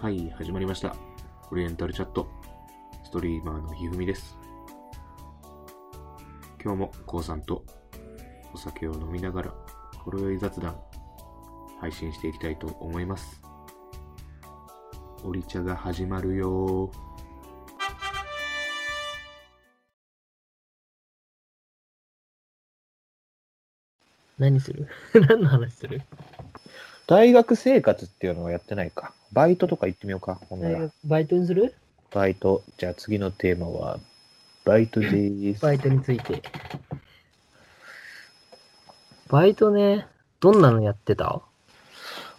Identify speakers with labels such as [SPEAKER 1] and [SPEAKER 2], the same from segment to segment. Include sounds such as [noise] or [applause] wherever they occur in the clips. [SPEAKER 1] はい、始まりました。オリエンタルチャット。ストリーマーのひふみです。今日も、こうさんとお酒を飲みながら、ほろ酔い雑談、配信していきたいと思います。オリ茶が始まるよー。
[SPEAKER 2] 何する [laughs] 何の話する
[SPEAKER 3] 大学生活っていうのはやってないか。バイトとか行ってみようか。ほんな
[SPEAKER 2] 大
[SPEAKER 3] ら
[SPEAKER 2] 学バイトにする
[SPEAKER 3] バイト。じゃあ次のテーマは、バイトでーす。
[SPEAKER 2] バイトについて。バイトね、どんなのやってた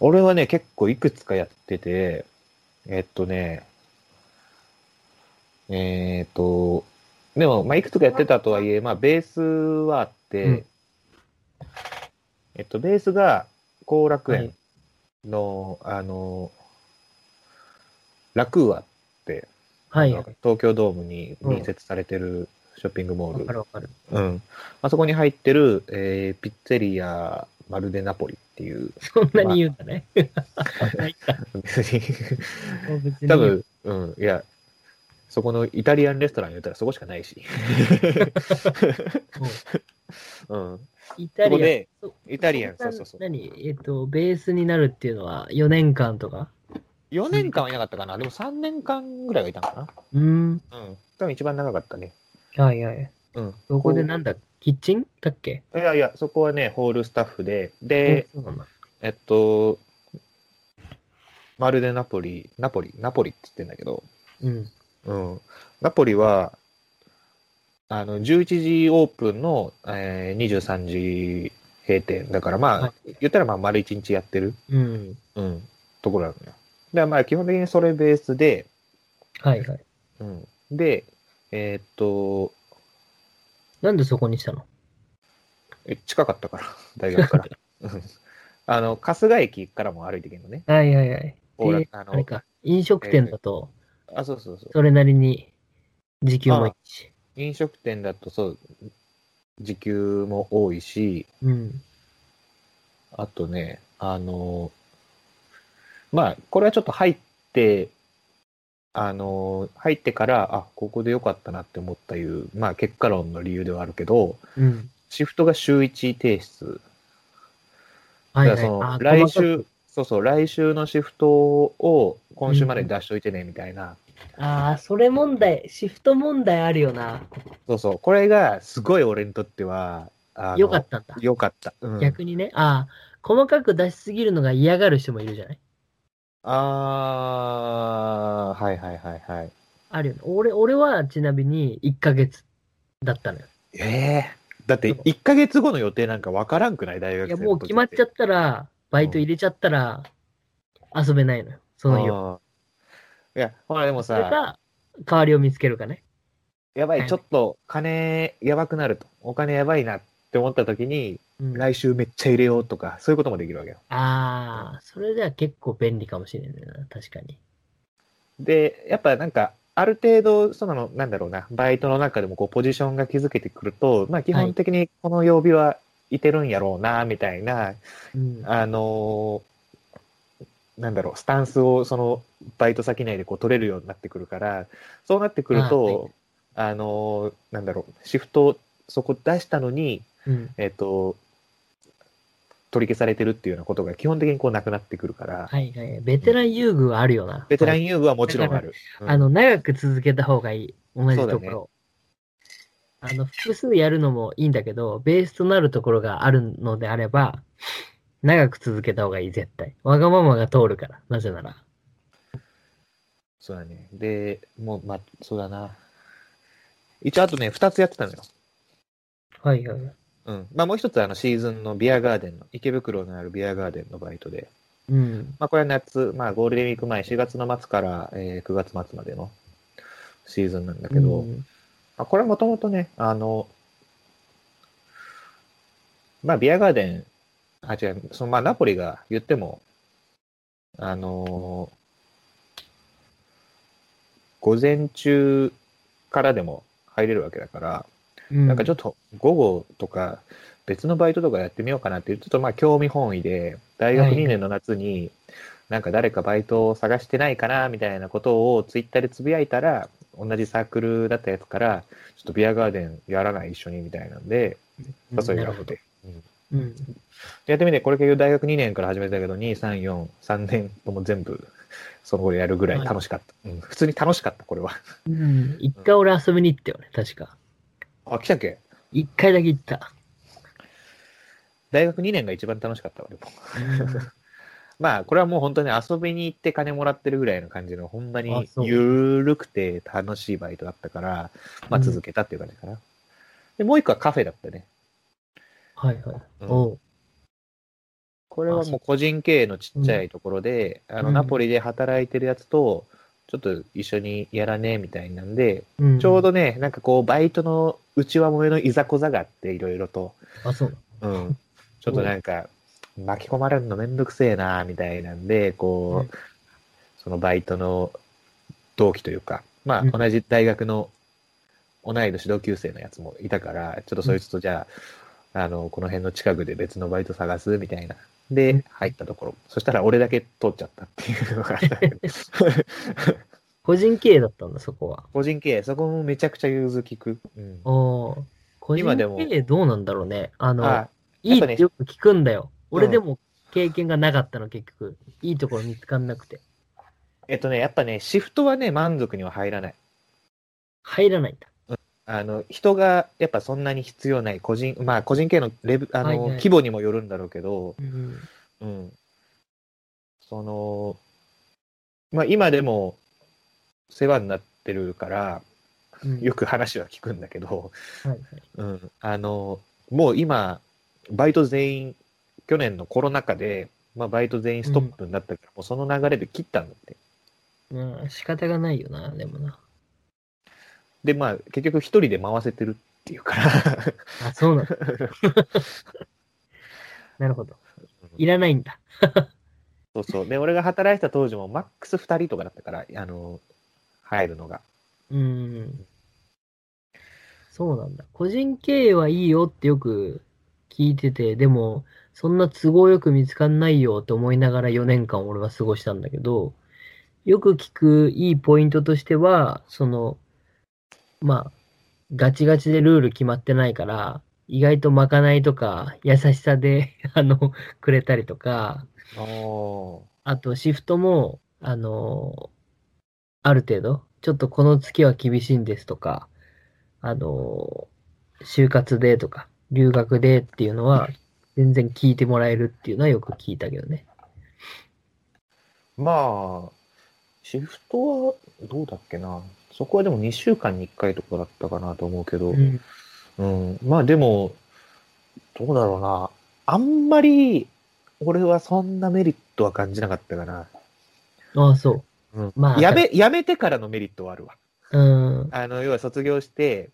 [SPEAKER 3] 俺はね、結構いくつかやってて、えっとね、えーっと、でも、まあ、いくつかやってたとはいえ、まあ、ベースはあって、
[SPEAKER 2] うん
[SPEAKER 3] えっと、ベースが、後楽
[SPEAKER 2] はい
[SPEAKER 3] 園の、あの、楽はって、
[SPEAKER 2] はい。わ
[SPEAKER 3] 東京ドームに隣接されてるショッピングモール。
[SPEAKER 2] かるわかる。
[SPEAKER 3] うん。あそこに入ってる、えーピッツェリア、まるでナポリっていう、
[SPEAKER 2] [laughs] そんなに言うんだね。
[SPEAKER 3] 別に、
[SPEAKER 2] もう別に
[SPEAKER 3] [laughs] 多分、うん、いや、そこのイタリアンレストラン言ったらそこしかないし。 [laughs]
[SPEAKER 2] もう
[SPEAKER 3] うん。
[SPEAKER 2] イタ
[SPEAKER 3] そこ
[SPEAKER 2] リ
[SPEAKER 3] で、
[SPEAKER 2] アン。
[SPEAKER 3] イタリアン、そうそうそう。
[SPEAKER 2] 何えっと、ベースになるっていうのは4年間とか
[SPEAKER 3] 4年間はいなかったかな。でも3年間ぐらいはいたのか
[SPEAKER 2] うーん。
[SPEAKER 3] な。うん。多分一番長かったね。
[SPEAKER 2] はいはい。
[SPEAKER 3] うん。
[SPEAKER 2] そこでなんだキッチンだっけ
[SPEAKER 3] いやいや、そこはね、ホールスタッフで、で、
[SPEAKER 2] そうなんだ
[SPEAKER 3] えっと、まるでナポリ、ナポリ、ナポリって言ってんだけど、
[SPEAKER 2] うん。
[SPEAKER 3] うん。ナポリは、あの、11時オープンの、えー、23時閉店。だからまあ、
[SPEAKER 2] は
[SPEAKER 3] 言ったらまあ丸1日やってる、
[SPEAKER 2] うん。
[SPEAKER 3] うん、ところなのよ。で、まあ基本的にそれベースで、
[SPEAKER 2] はいはい。
[SPEAKER 3] うん。で、えーっと、
[SPEAKER 2] なんでそこにしたの
[SPEAKER 3] え近かっ
[SPEAKER 2] [laughs]
[SPEAKER 3] たから、大学から。うんあの、春日駅からも歩いていけるのね。
[SPEAKER 2] はいはいはい。
[SPEAKER 3] ほら
[SPEAKER 2] で
[SPEAKER 3] あの
[SPEAKER 2] あれか、飲食店だと、
[SPEAKER 3] あ、そうそうそう。
[SPEAKER 2] それなりに時給もいいし。
[SPEAKER 3] 飲食店だとそう、時給も多いし、
[SPEAKER 2] うん。
[SPEAKER 3] あとね、あの、まあ、これはちょっと入って、あの、入ってから、あ、ここで良かったなって思ったいう、まあ、結果論の理由ではあるけど、
[SPEAKER 2] うん。
[SPEAKER 3] シフトが週1提出。
[SPEAKER 2] はい
[SPEAKER 3] だ
[SPEAKER 2] は
[SPEAKER 3] か
[SPEAKER 2] い。
[SPEAKER 3] ら
[SPEAKER 2] あ
[SPEAKER 3] その、来。
[SPEAKER 2] 細かく
[SPEAKER 3] 週、そうそう、来週のシフトを今週までに出しといてね、みたいな。
[SPEAKER 2] ああ、それ問題、シフト問題あるよな。
[SPEAKER 3] そうそう、これがすごい俺にとっては、あの
[SPEAKER 2] よかったんだ。
[SPEAKER 3] 良かった。うん
[SPEAKER 2] 逆にね、ああ、細かく出しすぎるのが嫌がる人もいるじゃない
[SPEAKER 3] あー、はいはいはいはい。
[SPEAKER 2] あるよね。俺、俺はちなみに1ヶ月だったのよ。
[SPEAKER 3] ええだって1ヶ月後の予定なんかわからんくない大学
[SPEAKER 2] い
[SPEAKER 3] 生
[SPEAKER 2] や、
[SPEAKER 3] の時
[SPEAKER 2] もう決まっちゃ
[SPEAKER 3] っ
[SPEAKER 2] ったら、バイト入れちゃったら、遊べないのよ。そ
[SPEAKER 3] た
[SPEAKER 2] のよ。
[SPEAKER 3] いや、ほらでも
[SPEAKER 2] それ
[SPEAKER 3] さ、
[SPEAKER 2] か、代わりを見つけるかね。
[SPEAKER 3] やば
[SPEAKER 2] はい
[SPEAKER 3] い、ちょっと金やばくなると、お金やばいなって思った時に、
[SPEAKER 2] うん、あ
[SPEAKER 3] 来週めっちゃ入れようとか、そういうこともできるわけよ。
[SPEAKER 2] あ、それでは結構便利かもしれないな。確かに。
[SPEAKER 3] で、やっぱなんか、ある程度、その、なんだろうな、バイトの中でもこう、ポジションが築けてくると、まあ基本的にこの曜日はいてるんやろうな、みたいな、
[SPEAKER 2] うん。
[SPEAKER 3] あのーなんだろう、スタンスをそのバイト先内でこう取れるようになってくるから、そうなってくると、あ、のーなんだろう、シフトそこ出したのに、
[SPEAKER 2] うん
[SPEAKER 3] えっ、と、取り消されてるっていうようなことが基本的にこうなくなってくるから、
[SPEAKER 2] はいはい。ベテラン優遇はあるよな。
[SPEAKER 3] ベテラン優遇はもちろんある。うん
[SPEAKER 2] あの、長く続けた方がいい。同じと
[SPEAKER 3] そ
[SPEAKER 2] こ
[SPEAKER 3] うだね
[SPEAKER 2] ろ。あの、複数やるのもいいんだけど、ベースとなるところがあるのであれば、長く続けた方がいい、絶対。わがままが通るから、なぜなら。
[SPEAKER 3] そうだね。で、もう、まあ、そうだな。一応、あとね、二つやってたのよ。
[SPEAKER 2] はいはい。
[SPEAKER 3] うん。まあ、もう一つ、あの、シーズンのビアガーデンの、池袋のあるビアガーデンのバイトで、
[SPEAKER 2] うん。
[SPEAKER 3] まあ、これは夏、まあ、ゴールデンウィーク前、4月の末から、えー9月末までのシーズンなんだけど、
[SPEAKER 2] うん
[SPEAKER 3] まあ、これはもともとね、あの、まあ、ビアガーデン、あ、違う、その、まあ、ナポリが言っても、あのー午前中からでも入れるわけだから、なんかちょっと午後とか別のバイトとかやってみようかなっていう、ちょっとまあ興味本位で、大学
[SPEAKER 2] はい
[SPEAKER 3] 2年の夏に、なんか誰かバイトを探してないかなみたいなことをツイッターでつぶやいたら、同じサークルだったやつから、ちょっとビアガーデンやらない一緒にみたいなんで、誘い
[SPEAKER 2] な
[SPEAKER 3] が
[SPEAKER 2] る
[SPEAKER 3] 来
[SPEAKER 2] ほど
[SPEAKER 3] て。うん
[SPEAKER 2] うん。
[SPEAKER 3] やってみて、これ結局大学2年から始めたけど、2、3、4、3年とも全部、その後やるぐらい楽しかった。うん普通に楽しかった、これは。
[SPEAKER 2] うん。一回俺遊びに行ったよね、確か。
[SPEAKER 3] あ、来たっけ
[SPEAKER 2] 一回だけ行
[SPEAKER 3] [laughs]
[SPEAKER 2] った。
[SPEAKER 3] 大学2年が一番楽しかったわ、でも。まあ、これはもう本当に遊びに行って金もらってるぐらいの感じの、ほんま
[SPEAKER 2] あ
[SPEAKER 3] に
[SPEAKER 2] そう
[SPEAKER 3] ゆるくて楽しいバイトだったから、まあ
[SPEAKER 2] うん
[SPEAKER 3] 続けたっていう感じかな。で、もう一個はカフェだったね。
[SPEAKER 2] はいはい。
[SPEAKER 3] うん
[SPEAKER 2] おう。
[SPEAKER 3] これはもう個人経営のちっちゃいところで、あの、
[SPEAKER 2] うん
[SPEAKER 3] ナポリで働いてるやつと、ちょっと一緒にやらねえみたいなんで、
[SPEAKER 2] うん
[SPEAKER 3] ちょう。どね、なんかこう、バイトの内輪もえのいざこざがあって、いろいろと。
[SPEAKER 2] あ、そう。
[SPEAKER 3] うん。ちょっとなんか、巻き込まれるのめんどくせえな、みたいなんで、こ
[SPEAKER 2] うん
[SPEAKER 3] う、そのバイトの同期というか、まあ、
[SPEAKER 2] うん
[SPEAKER 3] 同じ大学の同い年同級生のやつもいたから、ちょっとそいつとじゃあ、あの、この辺の近くで別のバイト探す、みたいな。
[SPEAKER 2] うん
[SPEAKER 3] で、入ったところ。そしたら俺だけ通っちゃったっていうのがあったん
[SPEAKER 2] [laughs]
[SPEAKER 3] だけど
[SPEAKER 2] 個人経営だったんだ、そこは。
[SPEAKER 3] 個人経営、そこもめちゃくちゃ融通きく。うん。
[SPEAKER 2] おう。個人
[SPEAKER 3] 今でも
[SPEAKER 2] 経営どうなんだろうね。あの、
[SPEAKER 3] あ
[SPEAKER 2] いい
[SPEAKER 3] やっぱ
[SPEAKER 2] っ
[SPEAKER 3] ね
[SPEAKER 2] てよく聞くんだよ。
[SPEAKER 3] うん
[SPEAKER 2] 俺でも経験がなかったの、結局。いいところ見つかんなくて。
[SPEAKER 3] えっとね、やっぱね、シフトはね、満足には入らない。
[SPEAKER 2] 入らないんだ。
[SPEAKER 3] あの人がやっぱそんなに必要ない個人まあ個人系のレベあの、
[SPEAKER 2] はいはい
[SPEAKER 3] 規模にもよるんだろうけど、
[SPEAKER 2] うん。
[SPEAKER 3] うん、そのまあ今でも世話になってるからよく話は聞くんだけど、
[SPEAKER 2] はいはい
[SPEAKER 3] うん、あのもう今バイト全員去年のコロナ禍で、まあ、バイト全員ストップになったから、もうその流れで切ったんだって
[SPEAKER 2] うん。仕方がないよな、でもな。
[SPEAKER 3] でまあ結局一人で回せてるっていうから。
[SPEAKER 2] あ、そうなんだ。
[SPEAKER 3] [laughs]
[SPEAKER 2] なるほど。いらないんだ。
[SPEAKER 3] そうそう。で、俺が働いてた当時もマックス2人とかだったから、あの、入るのが。
[SPEAKER 2] うん。そうなんだ。個人経営はいいよってよく聞いてて、でも、そんな都合よく見つかんないよと思いながら4年間俺は過ごしたんだけど、よく聞くいいポイントとしては、その、まあ、ガチガチでルール決まってないから、意外とまかないとか、優しさで、 [laughs] あの、くれたりとか、
[SPEAKER 3] ああ。
[SPEAKER 2] あと、シフトも、あのーある程度、ちょっとこの月は厳しいんですとか、あのー就活でとか、留学でっていうのは、全然聞いてもらえるっていうのはよく聞いたけどね。
[SPEAKER 3] まあ、シフトはどうだっけな。そこはでも2週間に1回とかだったかなと思うけど、うん。まあでも、どうだろうな。あんまり、俺はそんなメリットは感じなかったかな。
[SPEAKER 2] ああ、そ
[SPEAKER 3] うん
[SPEAKER 2] まあ
[SPEAKER 3] やめ、やめてからのメリットはあるわ。
[SPEAKER 2] う。うん。
[SPEAKER 3] あの、要は卒業して、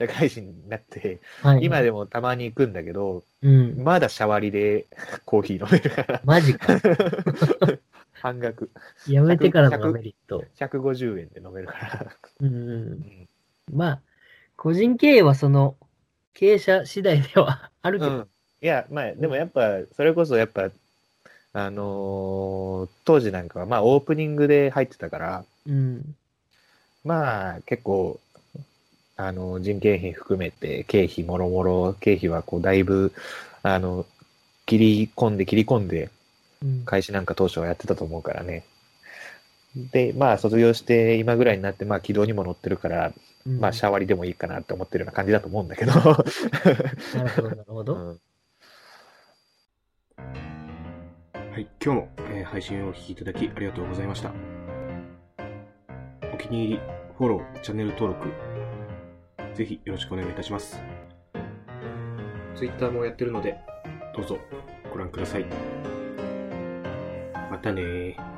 [SPEAKER 3] 社会人になって、
[SPEAKER 2] はい。
[SPEAKER 3] 今でもたまに行くんだけど、
[SPEAKER 2] うん。
[SPEAKER 3] まだシャワリで [laughs] コーヒー飲める [laughs] から、
[SPEAKER 2] マジか。
[SPEAKER 3] 半額。
[SPEAKER 2] やめてからのメリット。
[SPEAKER 3] 150円で飲めるから。
[SPEAKER 2] うん。まあ、個人経営はその、経営者次第ではあるけ
[SPEAKER 3] う
[SPEAKER 2] ど、
[SPEAKER 3] ん。いや、まあ、でもやっぱ、それこそやっぱ、あのー当時なんかは、まあ、オープニングで入ってたから、
[SPEAKER 2] うん。
[SPEAKER 3] まあ、結構、あの、人件費含めて、経費もろもろ、経費はこう、だいぶ、あの、切り込んで切り込んで、
[SPEAKER 2] うん。
[SPEAKER 3] 開始なんか当初はやってたと思うからね。で、まあ、卒業して今ぐらいになって、まあ、軌道にも乗ってるから、
[SPEAKER 2] うん
[SPEAKER 3] まあ、シャワリでもいいかなって思ってるような感じだと思うんだけど。
[SPEAKER 2] なるほど、なるほ
[SPEAKER 3] う
[SPEAKER 2] ど。
[SPEAKER 3] ん、
[SPEAKER 1] はい、今日も、えー配信をお聴きいただきありがとうございました。お気に入り、フォロー、チャンネル登録、ぜひよろしくお願いいたします。Twitter もやってるので、どうぞご覧ください。またねー。